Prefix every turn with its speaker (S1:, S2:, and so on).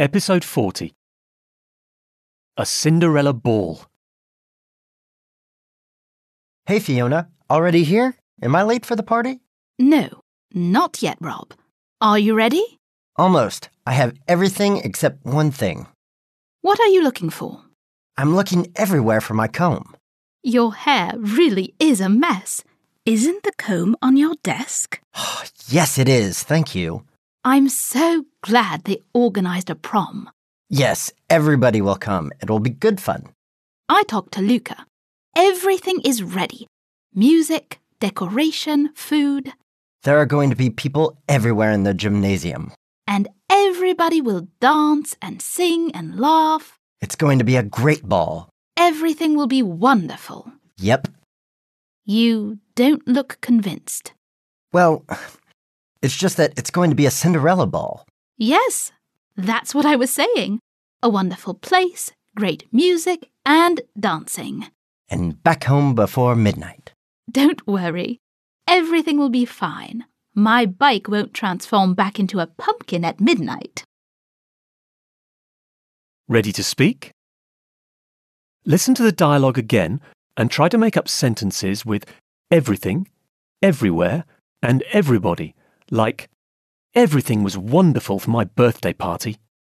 S1: Episode 40 A Cinderella Ball.
S2: Hey, Fiona. Already here? Am I late for the party?
S3: No, not yet, Rob. Are you ready?
S2: Almost. I have everything except one thing.
S3: What are you looking for?
S2: I'm looking everywhere for my comb.
S3: Your hair really is a mess. Isn't the comb on your desk?
S2: Yes, it is. Thank you.
S3: I'm so glad they organized a prom.
S2: Yes, everybody will come. It'll be good fun.
S3: I talked to Luca. Everything is ready music, decoration, food,
S2: There are going to be people everywhere in the gymnasium.
S3: and everybody will dance and sing and laugh.
S2: It's going to be a great ball.
S3: Everything will be wonderful.
S2: Yep.
S3: You don't look convinced.
S2: Well, it's just that it's going to be a Cinderella ball.
S3: Yes, that's what I was saying. A wonderful place, great music, and dancing.
S2: And back home before midnight.
S3: Don't worry. Everything will be fine. My bike won't transform back into a pumpkin at midnight.
S1: Ready to speak? Listen to the dialogue again and try to make up sentences with everything, everywhere, and everybody, like Everything was wonderful for my birthday party.